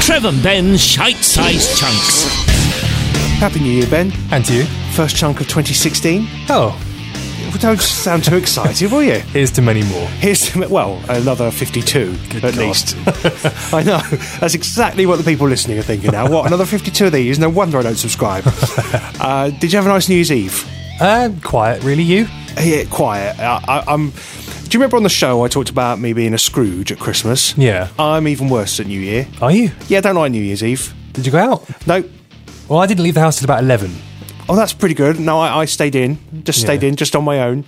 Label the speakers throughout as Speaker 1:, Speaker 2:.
Speaker 1: Trev and Ben Shite Sized Chunks.
Speaker 2: Happy New Year, Ben.
Speaker 3: And you?
Speaker 2: First chunk of 2016.
Speaker 3: Oh,
Speaker 2: Well, Don't sound too excited, will you?
Speaker 3: here's to many more.
Speaker 2: Here's well another 52 at
Speaker 3: God.
Speaker 2: least. I know that's exactly what the people listening are thinking now. What another 52 of these? No wonder I don't subscribe. uh, did you have a nice New Year's Eve?
Speaker 3: Uh, quiet, really, you?
Speaker 2: Yeah, quiet. I, I, I'm. Do you remember on the show I talked about me being a Scrooge at Christmas?
Speaker 3: Yeah.
Speaker 2: I'm even worse at New Year.
Speaker 3: Are you?
Speaker 2: Yeah, I don't like New Year's Eve.
Speaker 3: Did you go out?
Speaker 2: No.
Speaker 3: Well, I didn't leave the house till about 11.
Speaker 2: Oh, that's pretty good. No, I, I stayed in. Just stayed
Speaker 3: Yeah.
Speaker 2: in, just on my own,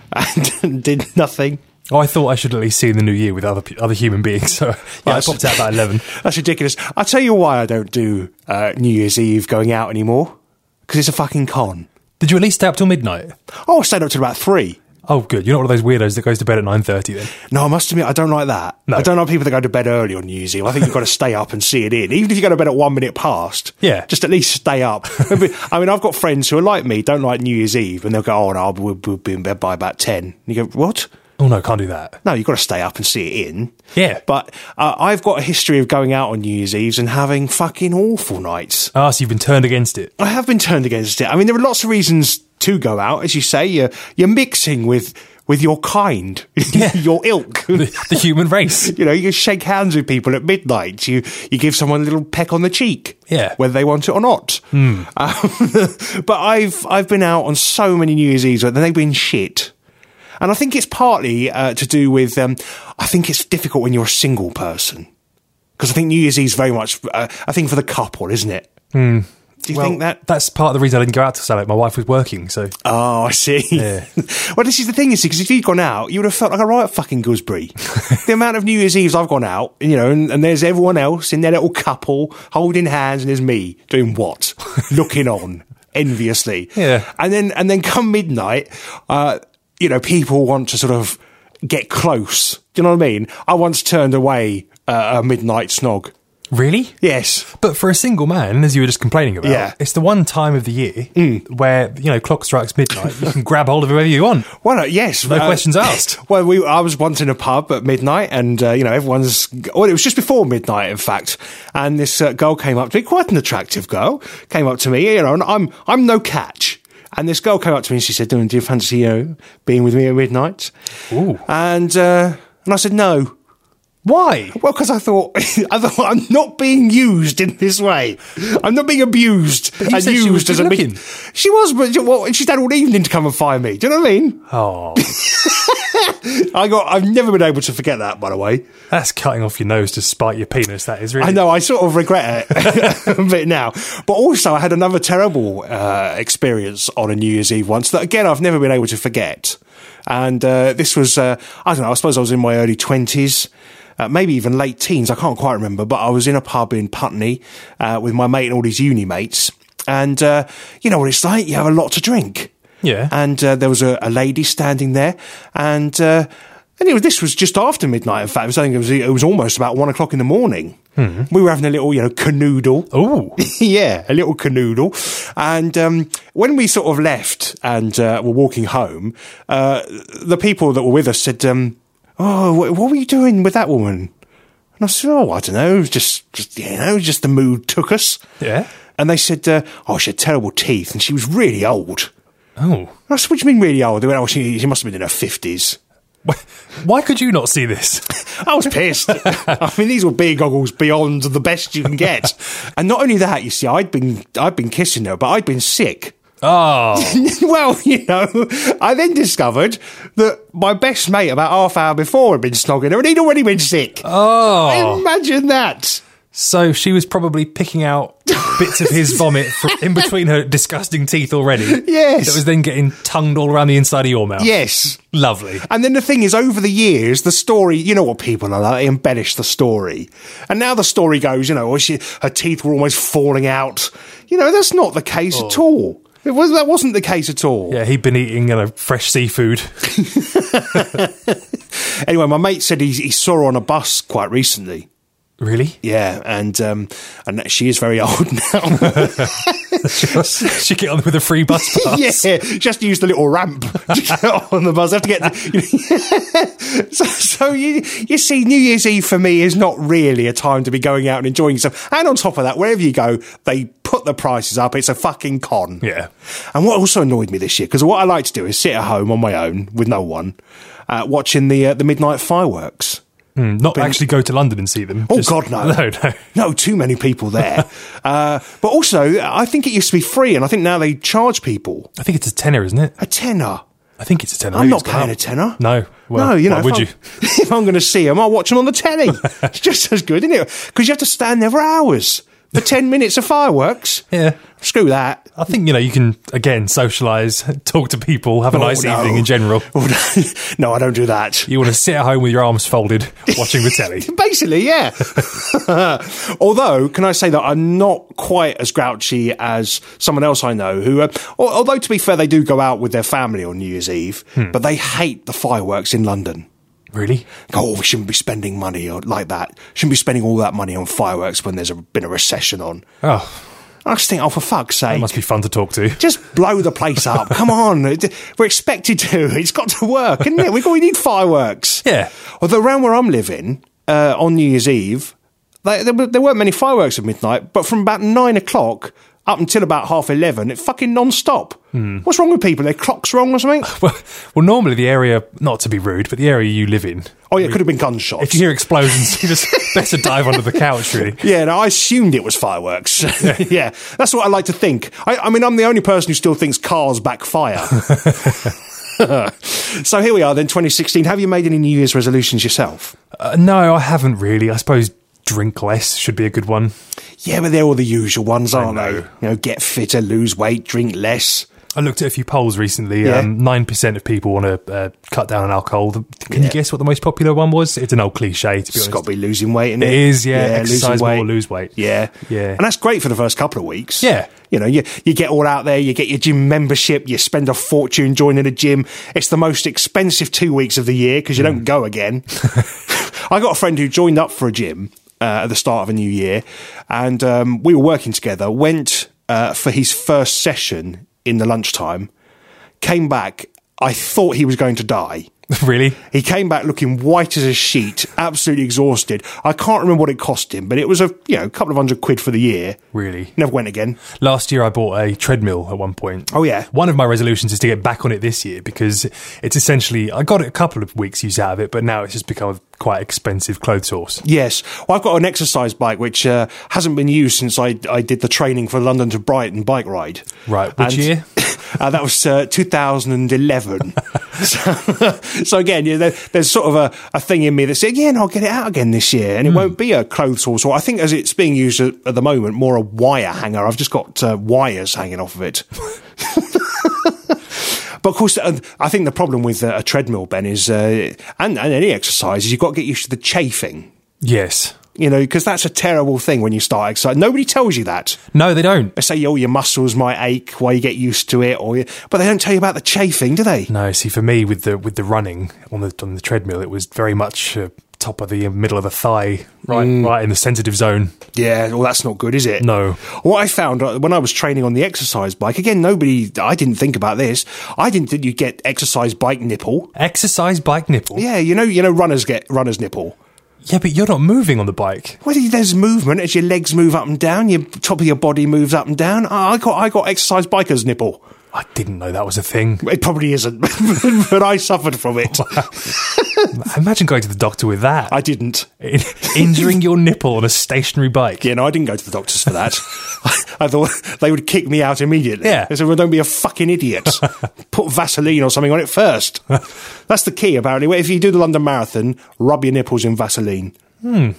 Speaker 2: and did nothing.
Speaker 3: Oh, I thought I should at least see the new year with other pe- other human beings. So yeah, I
Speaker 2: Right.
Speaker 3: popped out about 11.
Speaker 2: That's ridiculous. I'll tell you why I don't do uh, New Year's Eve going out anymore. Because it's a fucking con.
Speaker 3: Did you at least stay up till midnight?
Speaker 2: Oh, I stayed up till about three.
Speaker 3: Oh, good. You're not one of those weirdos that goes to bed at 9.30 then.
Speaker 2: No, I must admit, I don't like that.
Speaker 3: No.
Speaker 2: I don't like people that go to bed early on New Year's Eve. I think you've got to stay up and see it in. Even if you go to bed at one minute past,
Speaker 3: Yeah.
Speaker 2: just at least stay up. I mean, I've got friends who are like me, don't like New Year's Eve, and they'll go, oh, no, we'll, we'll be in bed by about 10. And you go, what?
Speaker 3: Oh, no, can't do that.
Speaker 2: No, you've got to stay up and see it in.
Speaker 3: Yeah.
Speaker 2: But uh, I've got a history of going out on New Year's Eves and having fucking awful nights.
Speaker 3: Ah, so you've been turned against it.
Speaker 2: I have been turned against it. I mean, there are lots of reasons to go out, as you say. You're, you're mixing with with your kind, your ilk.
Speaker 3: The, the human race.
Speaker 2: you know, you shake hands with people at midnight. You you give someone a little peck on the cheek,
Speaker 3: Yeah.
Speaker 2: whether they want it or not. Um, but I've I've been out on so many New Year's Eves, and they've been shit. And I think it's partly uh, to do with um, I think it's difficult when you're a single person because I think New Year's Eve is very much uh, a thing for the couple, isn't it? Do you think that
Speaker 3: That's part of the reason I didn't go out till so late. My wife was working, so...
Speaker 2: Oh, I see.
Speaker 3: Yeah.
Speaker 2: well, this is the thing, is because if you'd gone out, you would have felt like a right fucking gooseberry. the amount of New Year's Eves I've gone out, you know, and, and there's everyone else in their little couple holding hands, and there's me doing what? Looking on enviously.
Speaker 3: Yeah.
Speaker 2: And then and then come midnight, uh, you know, people want to sort of get close. Do you know what I mean? I once turned away uh, a midnight snog.
Speaker 3: Really?
Speaker 2: Yes.
Speaker 3: But for a single man, as you were just complaining about,
Speaker 2: Yeah. Mm.
Speaker 3: it's the one time of the year where, you know, clock strikes midnight, you can grab hold of whoever you want.
Speaker 2: Well, uh, yes.
Speaker 3: No questions asked.
Speaker 2: Well, we, I was once in a pub at midnight, and uh, you know everyone's. Well, it was just before midnight, in fact. And this uh, girl came up to me, quite an attractive girl, came up to me. You know, and I'm I'm no catch. And this girl came up to me and she said, "Do you fancy you know, being with me at midnight?"
Speaker 3: Ooh.
Speaker 2: And uh, and I said no.
Speaker 3: Why?
Speaker 2: Well, because I thought I thought I'm not being used in this way. I'm not being abused
Speaker 3: you
Speaker 2: and
Speaker 3: said she
Speaker 2: used
Speaker 3: was
Speaker 2: as a.
Speaker 3: good-looking.
Speaker 2: She was, but well, she'd had all evening to come and find me. Do you know what I mean?
Speaker 3: Oh,
Speaker 2: I got. I've never been able to forget that. By the way,
Speaker 3: that's cutting off your nose to spite your penis. That is really.
Speaker 2: I know I sort of regret it a bit now. But also, I had another terrible uh, experience on a New Year's Eve once that again I've never been able to forget. And uh, this was uh, I don't know. I suppose I was in my early twenties. Uh, maybe even late teens, I can't quite remember, but I was in a pub in Putney uh, with my mate and all his uni mates. And uh, you know what it's like? You have a lot to drink.
Speaker 3: Yeah.
Speaker 2: And uh, there was a, a lady standing there, and uh, and it was, this was just after midnight. In fact, it was, I think it was it was almost about one o'clock in the morning. We were having a little, you know, canoodle.
Speaker 3: Ooh.
Speaker 2: yeah, a little canoodle. And um, when we sort of left and uh, were walking home, uh, the people that were with us said, um, "Oh, wh- what were you doing with that woman?" And I said, "Oh, I don't know. It was Just, just you know, just the mood took us."
Speaker 3: Yeah.
Speaker 2: And they said, uh, "Oh, she had terrible teeth, and she was really old."
Speaker 3: Oh.
Speaker 2: I said, what do you mean really old? They went, oh, she, she must have been in her 50s.
Speaker 3: Wh- Why could you not see this?
Speaker 2: I was pissed. I mean, these were beer goggles beyond the best you can get. and not only that, you see, I'd been, I'd been kissing her, but I'd been sick.
Speaker 3: Oh.
Speaker 2: well, you know, I then discovered that my best mate about half hour before had been snogging her and he'd already been sick.
Speaker 3: Oh.
Speaker 2: Imagine that.
Speaker 3: So she was probably picking out bits of his vomit from in between her disgusting teeth already.
Speaker 2: Yes.
Speaker 3: That was then getting tongued all around the inside of your mouth.
Speaker 2: Yes.
Speaker 3: Lovely.
Speaker 2: And then the thing is, over the years, the story, you know what people are like, they embellish the story. And now the story goes, you know, oh, she, her teeth were almost falling out. You know, that's not the case at all. It was, that wasn't the case at all.
Speaker 3: Yeah, he'd been eating, you know, fresh seafood.
Speaker 2: Anyway, my mate said he, he saw her on a bus quite recently.
Speaker 3: Really?
Speaker 2: Yeah, and um, and she is very old now.
Speaker 3: she get on with a free bus pass.
Speaker 2: yeah, she has to use the little ramp to get on the bus. I have to get. the- so so you, you see, New Year's Eve for me is not really a time to be going out and enjoying yourself. And on top of that, wherever you go, they put the prices up. It's a fucking con.
Speaker 3: Yeah.
Speaker 2: And what also annoyed me this year, because what I like to do is sit at home on my own with no one, uh, watching the uh, the midnight fireworks.
Speaker 3: Mm, Not actually go to London and see them.
Speaker 2: Oh
Speaker 3: Just-
Speaker 2: God, no,
Speaker 3: No, no.
Speaker 2: no, too many people there. uh, but also, I think it used to be free, and I think now they charge people
Speaker 3: I think it's a tenner, isn't it?
Speaker 2: a tenner.
Speaker 3: I think it's a tenner.
Speaker 2: I'm
Speaker 3: Maybe
Speaker 2: not
Speaker 3: it's gone
Speaker 2: paying a
Speaker 3: up.
Speaker 2: tenner.
Speaker 3: No. Well,
Speaker 2: no, you know,
Speaker 3: why
Speaker 2: if
Speaker 3: would
Speaker 2: I'm-
Speaker 3: you?
Speaker 2: If I'm going to see them, I'll watch them on the telly. it's just as good, isn't it? Because you have to stand there for hours for ten minutes of fireworks.
Speaker 3: Yeah.
Speaker 2: Screw that.
Speaker 3: I think, you know, you can, again, socialise, talk to people, have a
Speaker 2: Oh,
Speaker 3: nice
Speaker 2: no.
Speaker 3: evening in general.
Speaker 2: no, I don't do that.
Speaker 3: You want to sit at home with your arms folded, watching the telly.
Speaker 2: Basically, yeah. although, can I say that I'm not quite as grouchy as someone else I know who, uh, al- although to be fair, they do go out with their family on New Year's Eve,
Speaker 3: Hmm.
Speaker 2: but they hate the fireworks in London.
Speaker 3: Really?
Speaker 2: Oh, we shouldn't be spending money or like that. Shouldn't be spending all that money on fireworks when there's a, been a recession on.
Speaker 3: Oh,
Speaker 2: I just think, oh, for fuck's sake.
Speaker 3: that must be fun to talk to.
Speaker 2: Just blow the place up. Come on. It- We're expected to. It's got to work, isn't it? We, we need fireworks.
Speaker 3: Yeah.
Speaker 2: Although, around where I'm living, uh, on New Year's Eve, they, there, were- there weren't many fireworks at midnight, but from about nine o'clock up until about half 11, it fucking non stop.
Speaker 3: Hmm.
Speaker 2: What's wrong with people? Their clock's wrong or something?
Speaker 3: Well, well, normally the area, not to be rude, but the area you live in,
Speaker 2: Oh, yeah, it could have been gunshots.
Speaker 3: if you hear explosions, you just better dive under the couch, really.
Speaker 2: Yeah, no, I assumed it was fireworks. Yeah. that's what I like to think. I, I mean, I'm the only person who still thinks cars backfire. so here we are then, 2016. Have you made any New Year's resolutions yourself?
Speaker 3: Uh, no, I haven't really. I suppose drink less should be a good one.
Speaker 2: Yeah, but they're all the usual ones, aren't
Speaker 3: know.
Speaker 2: they? You know, get fitter, lose weight, drink less.
Speaker 3: I looked at a few polls recently.
Speaker 2: Yeah.
Speaker 3: Um, 9% of people want to uh, cut down on alcohol. The- Can
Speaker 2: Yeah.
Speaker 3: you guess what the most popular one was? It's an old cliche, to be
Speaker 2: It's
Speaker 3: honest.
Speaker 2: got to be losing weight, isn't it?
Speaker 3: It is, yeah.
Speaker 2: losing
Speaker 3: Exercise more,
Speaker 2: weight.
Speaker 3: lose weight.
Speaker 2: Yeah.
Speaker 3: Yeah.
Speaker 2: And that's great for the first couple of weeks.
Speaker 3: Yeah.
Speaker 2: You know, you, you get all out there, you get your gym membership, you spend a fortune joining a gym. It's the most expensive two weeks of the year because you
Speaker 3: Hmm.
Speaker 2: don't go again. I got a friend who joined up for a gym uh, at the start of a new year, and um, we were working together, went uh, for his first session in the lunchtime, came back. I thought he was going to die.
Speaker 3: really?
Speaker 2: He came back looking white as a sheet, absolutely exhausted. I can't remember what it cost him, but it was a you know a couple of hundred quid for the year.
Speaker 3: Really?
Speaker 2: Never went again.
Speaker 3: Last year I bought a treadmill at one point.
Speaker 2: Oh, yeah.
Speaker 3: One of my resolutions is to get back on it this year because it's essentially I got a couple of weeks use out of it, but now it's just become a quite expensive clothes horse.
Speaker 2: Yes, well, I've got an exercise bike which uh, hasn't been used since I, I did the training for London to Brighton bike ride.
Speaker 3: Right, which year?
Speaker 2: Uh, that was uh, 2011. so, so again, you know, there, there's sort of a, a thing in me that said, yeah, no, I'll get it out again this year,
Speaker 3: Hmm.
Speaker 2: and it won't be a clothes horse. Or I think as it's being used at, at the moment, more a wire hanger. I've just got uh, wires hanging off of it. But of course, uh, I think the problem with uh, a treadmill, Ben, is uh, and, and any exercise is you've got to get used to the chafing
Speaker 3: Yes.
Speaker 2: you know, because that's a terrible thing when you start exercising. Nobody tells you that.
Speaker 3: No, they don't.
Speaker 2: They say, oh, your muscles might ache while you get used to it, or but they don't tell you about the chafing, do they?
Speaker 3: No, see, for me with the with the running on the on the treadmill, it was very much uh, top of the middle of the thigh, right,
Speaker 2: Mm.
Speaker 3: right in the sensitive zone.
Speaker 2: Yeah, well, that's not good, is it?
Speaker 3: No.
Speaker 2: What I found uh, when I was training on the exercise bike, again, nobody, I didn't think about this. I didn't think you'd get exercise bike nipple.
Speaker 3: Exercise bike nipple.
Speaker 2: Yeah, you know, you know, runners get runners nipple.
Speaker 3: Yeah, but you're not moving on the bike.
Speaker 2: Whether there's movement as your legs move up and down, your top of your body moves up and down. Ah, I I got, I got exercise biker's nipple.
Speaker 3: I didn't know that was a thing.
Speaker 2: It probably isn't, but I suffered from it.
Speaker 3: Imagine going to the doctor with that.
Speaker 2: I didn't.
Speaker 3: Injuring your nipple on a stationary bike.
Speaker 2: Yeah, no, I didn't go to the doctors for that. I thought they would kick me out immediately.
Speaker 3: Yeah.
Speaker 2: They said, well, don't be a fucking idiot. Put Vaseline or something on it first. That's the key, apparently. Well, If you do the London Marathon, rub your nipples in Vaseline.
Speaker 3: Hmm.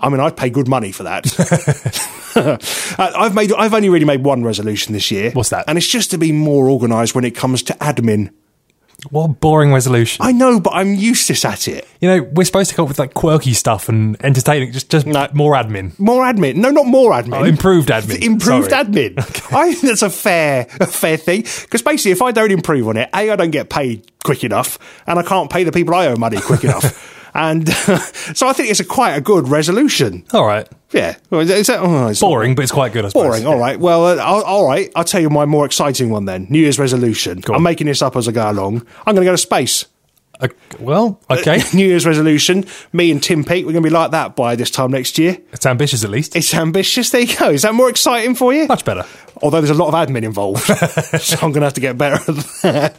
Speaker 2: I mean, I'd pay good money for that. Uh, I've made, I've only really made one resolution this year.
Speaker 3: What's that?
Speaker 2: And it's just to be more organised when it comes to admin.
Speaker 3: What a boring resolution.
Speaker 2: I know, but I'm useless at it.
Speaker 3: You know, we're supposed to come up with like quirky stuff and entertaining, just just
Speaker 2: No.
Speaker 3: more admin,
Speaker 2: More admin? No, not more admin.
Speaker 3: Oh, improved admin.
Speaker 2: improved
Speaker 3: Sorry.
Speaker 2: admin. I think that's a fair, a fair thing because basically, if I don't improve on it, a I don't get paid quick enough, and I can't pay the people I owe money quick enough. And so I think it's a quite a good resolution.
Speaker 3: All right.
Speaker 2: Yeah. Well, is that, oh, it's not
Speaker 3: Boring, but it's quite good, I suppose.
Speaker 2: Boring. All right. Well, uh, I'll, all right. I'll tell you my more exciting one then. New Year's resolution. I'm making this up as I go along. I'm going to go to space.
Speaker 3: Okay, well, okay.
Speaker 2: New Year's resolution. Me and Tim Peake, we're going to be like that by this time next year.
Speaker 3: it's ambitious, at least.
Speaker 2: It's ambitious. There you go. Is that more exciting for you?
Speaker 3: Much better.
Speaker 2: Although there's a lot of admin involved, so I'm going to have to get better at that.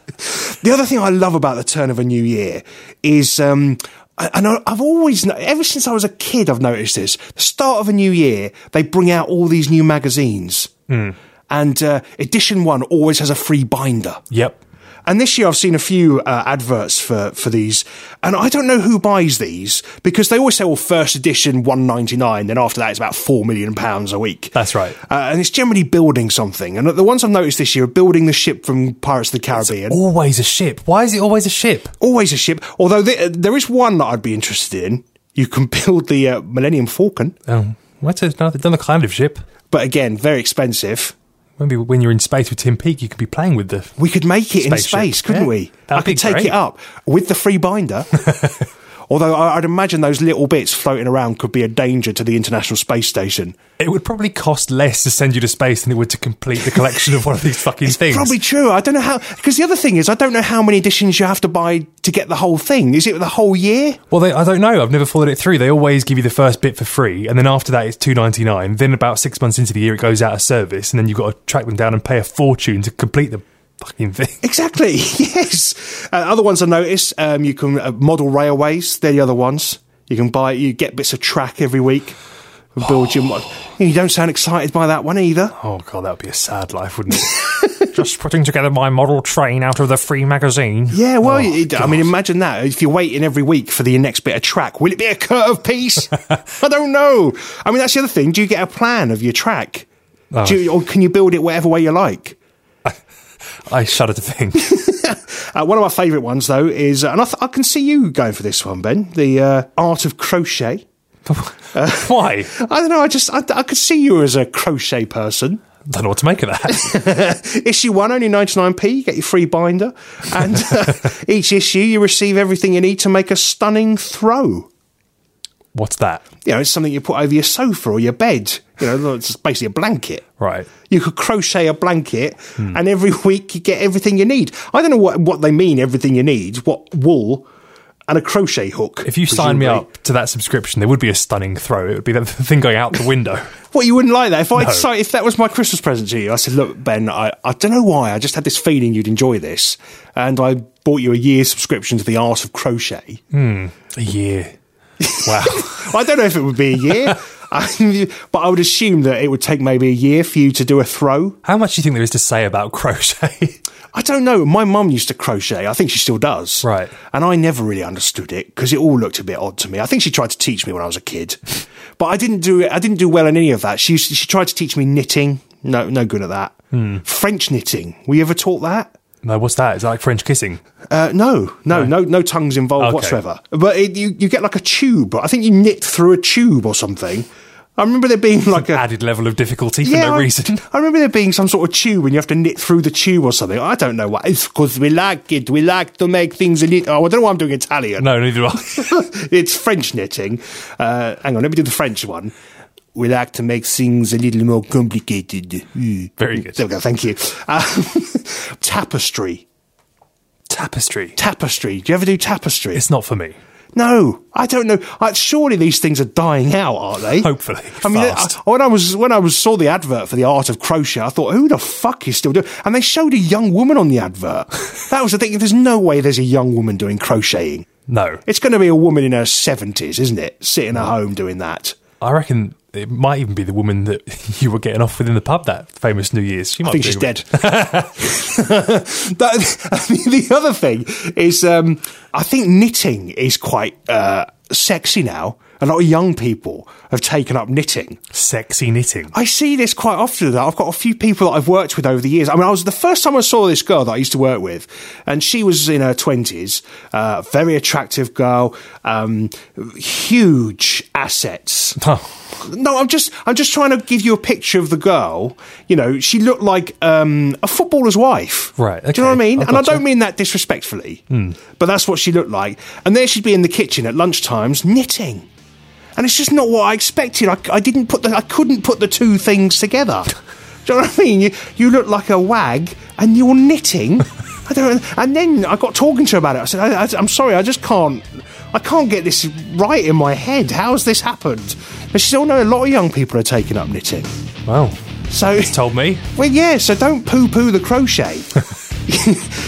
Speaker 2: The other thing I love about the turn of a new year is, um, I- and I- I've always, no- ever since I was a kid, I've noticed this. The start of a new year, they bring out all these new magazines, and uh, edition one always has a free binder.
Speaker 3: Yep.
Speaker 2: And this year I've seen a few uh, adverts for, for these, and I don't know who buys these because they always say, well, first edition, one ninety nine. Then after that, it's about four million pounds a week.
Speaker 3: That's right.
Speaker 2: Uh, and it's generally building something. And the ones I've noticed this year are building the ship from Pirates of the Caribbean.
Speaker 3: Always a ship. Why is it always a ship?
Speaker 2: always a ship. Although th- there is one that I'd be interested in. You can build the uh, Millennium Falcon,
Speaker 3: Oh, what's it? Another, another kind of ship.
Speaker 2: but again, very expensive.
Speaker 3: Maybe when you're in space with Tim Peake, you could be playing with the.
Speaker 2: We could make it in
Speaker 3: Spaceship,
Speaker 2: space, couldn't
Speaker 3: yeah.
Speaker 2: we?
Speaker 3: That'd
Speaker 2: I could
Speaker 3: be
Speaker 2: take
Speaker 3: great.
Speaker 2: it up with the free binder. Although I- I'd imagine those little bits floating around could be a danger to the International Space Station.
Speaker 3: It would probably cost less to send you to space than it would to complete the collection of one of these fucking things.
Speaker 2: Probably true. I don't know how. Because the other thing is, I don't know how many editions you have to buy to get the whole thing. Is it the whole year?
Speaker 3: Well, they, I don't know. I've never followed it through. They always give you the first bit for free, and then after that, it's two ninety nine. Then about six months into the year, it goes out of service, and then you've got to track them down and pay a fortune to complete the fucking thing.
Speaker 2: Exactly. Yes. Uh, other ones I noticed, um, you can uh, model railways. They're the other ones. You can buy. You get bits of track every week. And build your. Mo- you don't sound excited by that one either.
Speaker 3: Oh god, that would be a sad life, wouldn't it? Just putting together my model train out of the free magazine.
Speaker 2: Yeah. Well, it, I mean, imagine that. If you're waiting every week for the next bit of track, will it be a curve piece? I don't know. I mean, that's the other thing. Do you get a plan of your track? Do you, or can you build it whatever way you like?
Speaker 3: I shudder to think.
Speaker 2: Uh, one of my favourite ones, though, is, uh, and I, th- I can see you going for this one, Ben, the uh, art of crochet.
Speaker 3: Why?
Speaker 2: I don't know. I just I, I could see you as a crochet person.
Speaker 3: Don't know what to make of that.
Speaker 2: Issue one only ninety nine p. You get your free binder, and uh, each issue you receive everything you need to make a stunning throw.
Speaker 3: What's that?
Speaker 2: You know, it's something you put over your sofa or your bed. You know, it's basically a blanket.
Speaker 3: Right. Hmm.
Speaker 2: You could crochet a blanket, and every week you get everything you need. I don't know what what they mean. Everything you need. What wool and a crochet hook.
Speaker 3: If you sign me
Speaker 2: presumably.
Speaker 3: up to that subscription, there would be a stunning throw. It would be that thing going out the window.
Speaker 2: What you wouldn't like that if I
Speaker 3: No.
Speaker 2: decided if that was my Christmas present to you, I said, look, Ben, I, I don't know why, I just had this feeling you'd enjoy this, and I bought you a year's subscription to the Art of Crochet.
Speaker 3: A year. Wow.
Speaker 2: I don't know if it would be a year, I- but I would assume that it would take maybe a year for you to do a throw.
Speaker 3: How much do you think there is to say about crochet?
Speaker 2: I don't know. My mum used to crochet. I think she still does.
Speaker 3: Right.
Speaker 2: And I never really understood it because it all looked a bit odd to me. I think she tried to teach me when I was a kid, but I didn't do it. I didn't do well in any of that. She used- she tried to teach me knitting. No, no good at that.
Speaker 3: Hmm.
Speaker 2: French knitting. Were you ever taught that?
Speaker 3: no, what's that? Is that like French kissing?
Speaker 2: Uh, no, no, no, no tongues involved
Speaker 3: Okay.
Speaker 2: whatsoever. But it, you you get like a tube. I think you knit through a tube or something. I remember there being like a
Speaker 3: Added level of difficulty for no
Speaker 2: I-
Speaker 3: reason.
Speaker 2: I remember there being some sort of tube and you have to knit through the tube or something. I don't know why. It's because we like it. We like to make things a little. Oh, I don't know why I'm doing Italian.
Speaker 3: No, neither do I.
Speaker 2: it's French knitting. Uh, hang on, let me do the French one. We like to make things a little more complicated. Mm.
Speaker 3: Very good.
Speaker 2: There we go. Thank you. Um, tapestry.
Speaker 3: Tapestry.
Speaker 2: Tapestry. Do you ever do tapestry?
Speaker 3: It's not for me.
Speaker 2: No, I don't know. Uh, surely these things are dying out, aren't they?
Speaker 3: Hopefully,
Speaker 2: I mean,
Speaker 3: fast.
Speaker 2: I- when I was when I was saw the advert for the art of crochet, I thought, who the fuck is still doing? And they showed a young woman on the advert. that was the thing. There's no way there's a young woman doing crocheting.
Speaker 3: No.
Speaker 2: It's going to be a woman in her seventies, isn't it? Sitting at home doing that.
Speaker 3: I reckon it might even be the woman that you were getting off with in the pub that famous New Year's. She might
Speaker 2: I think
Speaker 3: be
Speaker 2: she's
Speaker 3: doing-
Speaker 2: dead. that, I mean, the other thing is, um, I think knitting is quite uh, sexy now. A lot of young people have taken up knitting.
Speaker 3: Sexy knitting.
Speaker 2: I see this quite often. That I've got a few people that I've worked with over the years. I mean, I was the first time I saw this girl that I used to work with, and she was in her twenties, uh, very attractive girl, um, huge assets.
Speaker 3: Oh,
Speaker 2: No, I'm just I'm just trying to give you a picture of the girl. You know, she looked like um, a footballer's wife.
Speaker 3: Right,
Speaker 2: Do you know what I
Speaker 3: okay.
Speaker 2: mean?
Speaker 3: I've
Speaker 2: and I
Speaker 3: gotcha.
Speaker 2: don't mean that disrespectfully, but that's what she looked like. And there she'd be in the kitchen at lunchtimes knitting. And it's just not what I expected. I, I didn't put the I couldn't put the two things together. Do you know what I mean? You, you look like a wag, and you're knitting. I don't. And then I got talking to her about it. I said, I, I, "I'm sorry, I just can't. I can't get this right in my head. How's this happened?" And she said, "Oh no, a lot of young people are taking up knitting."
Speaker 3: Wow.
Speaker 2: So
Speaker 3: Told me.
Speaker 2: well, yeah, so don't poo poo the crochet.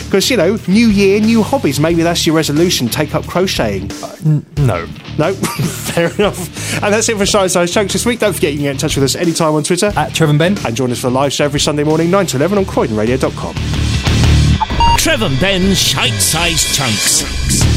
Speaker 2: Because, you know, new year, new hobbies. Maybe that's your resolution. Take up crocheting.
Speaker 3: No.
Speaker 2: No, fair enough. And that's it for Shy Size Chunks this week. Don't forget you can get in touch with us anytime on Twitter.
Speaker 3: At Trevor and Ben.
Speaker 2: And join us for a live show every Sunday morning, 9 to 11 on CroydonRadio.com.
Speaker 1: Trevor and Ben Shite Size Chunks.